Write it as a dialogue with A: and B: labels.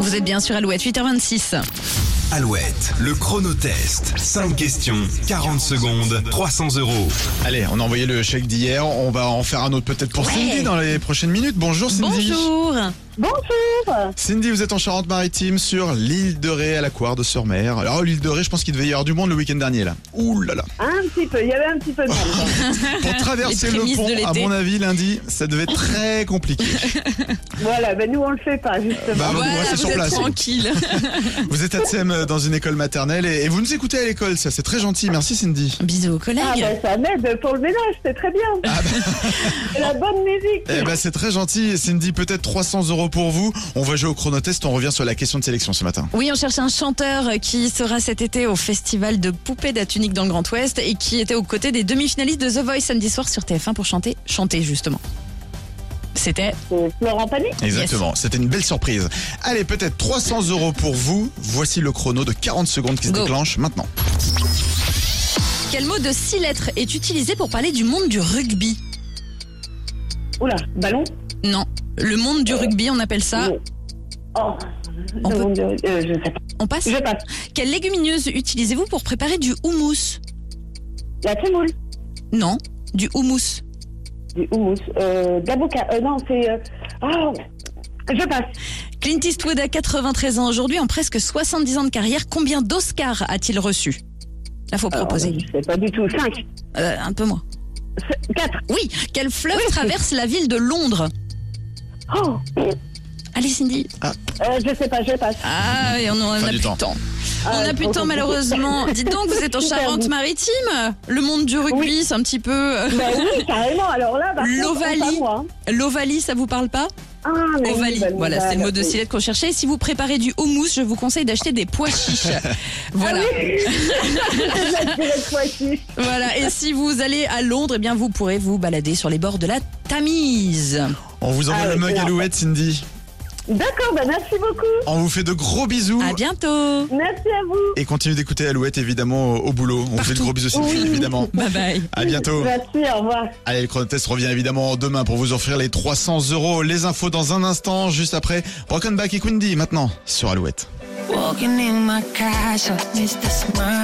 A: Vous êtes bien sûr Alouette 8h26.
B: Alouette, le chronotest. 5 questions, 40 secondes, 300 euros.
C: Allez, on a envoyé le chèque d'hier, on va en faire un autre peut-être pour
A: Ouais.
C: Cindy dans les prochaines minutes. Bonjour Cindy.
A: Bonjour.
C: Ah,
D: Bonjour
C: Cindy, vous êtes en Charente-Maritime sur l'île de Ré à la Coire de Sormer. Alors l'île de Ré, je pense qu'il devait y avoir du monde le week-end dernier là. Ouh là là.
D: Un petit peu, il y avait un petit peu de monde.
C: Pour traverser
A: Les
C: le
A: prémices
C: pont,
A: de l'été.
C: à mon avis, lundi, ça devait être très compliqué.
D: voilà, ben nous on le fait pas
C: Bah,
D: justement.
C: on va
A: voilà,
C: rester
A: vous
C: sur
A: êtes
C: place.
A: tranquille.
C: Vous êtes à Tsem euh, dans une école maternelle et, et vous nous écoutez à l'école, ça c'est très gentil. Merci Cindy.
A: Bisous aux
D: Ah
A: collègues.
D: ben ça m'aide pour le ménage, c'est très bien.
A: Ah, bah.
D: C'est la bonne musique.
A: Euh.
C: Eh ben c'est très gentil Cindy, peut-être 300 euros pour vous. On va jouer au chronotest, on revient sur la question de sélection ce matin.
A: Oui, on cherche un chanteur qui sera cet été au festival de poupées d'Atunique dans le Grand Ouest et qui était aux côtés des demi-finalistes de The Voice samedi soir sur TF1 pour chanter, chanter justement. C'était
D: C'est Euh, Florent Pagny.
C: Exactement, c'était une belle surprise. Allez, peut-être 300 euros pour vous. Voici le chrono de 40 secondes qui se
A: Go.
C: déclenche maintenant.
A: quel mot de six lettres est utilisé pour parler du monde du rugby
D: Oula, ballon
A: Non, le monde du rugby, on appelle ça.
D: Non. Oh,
A: On
D: non, euh, je sais pas.
A: On passe.
D: Je passe.
A: Quelle légumineuse utilisez-vous pour préparer du houmous
D: La semoule,
A: Non, du houmous.
D: du houmous, euh, de l'avocat. Euh, non, c'est... euh, oh, je passe.
A: Clint Eastwood a 93 ans aujourd'hui, en presque 70 ans de carrière, combien d'Oscars a-t-il reçu Là, faut
D: Alors,
A: proposer.
D: Oh, je sais pas du tout. 5,
A: Euh, un peu moins.
D: 4.
A: Oui, quel fleuve
D: Oui.
A: traverse la ville de Londres
D: Oh,
A: Allez Cindy.
D: euh, je sais pas, je passe.
A: Ah, et on en a
C: Fin
A: plus
C: du
A: de
C: temps.
A: temps. On
D: Ah,
A: n'a plus de
D: oh,
A: temps
D: oh,
A: malheureusement. Dites donc, vous êtes en
D: Super,
A: Charente-Maritime Le monde du rugby,
D: Oui.
A: c'est un petit peu... euh,
D: Ben oui, carrément. Alors là, par contre,
A: L'Ovalie.
D: pas moi, hein.
A: L'Ovalie, ça vous parle pas
D: Ah, mais oui,
A: Ovalie,
D: bah,
A: voilà, c'est le mot de
D: oui.
A: six lettres qu'on cherchait. Si vous préparez du houmous, je vous conseille d'acheter des pois chiches.
D: Ah
A: voilà.
D: Je dirais que toi aussi.
A: Voilà, et si vous allez à Londres, eh bien vous pourrez vous balader sur les bords de la Tamise.
C: On vous envoie
D: Ah,
C: le
D: ouais,
C: mug
D: c'est
C: Alouette, Cindy.
D: D'accord, bah merci beaucoup.
C: On vous fait de gros bisous.
A: À bientôt.
D: Merci à vous.
C: Et continue d'écouter Alouette, évidemment, au, au boulot. On vous fait de
A: Partout.
C: gros bisous, Cindy,
D: Oui.
C: évidemment.
A: Bye bye.
C: À bientôt.
D: Merci, au revoir.
C: Allez, le chronotest revient évidemment demain pour vous offrir les 300 euros. Les infos dans un instant, juste après. Broken Back et Quindy, maintenant, sur Alouette.
E: Walking in my castle, Mr. Smile.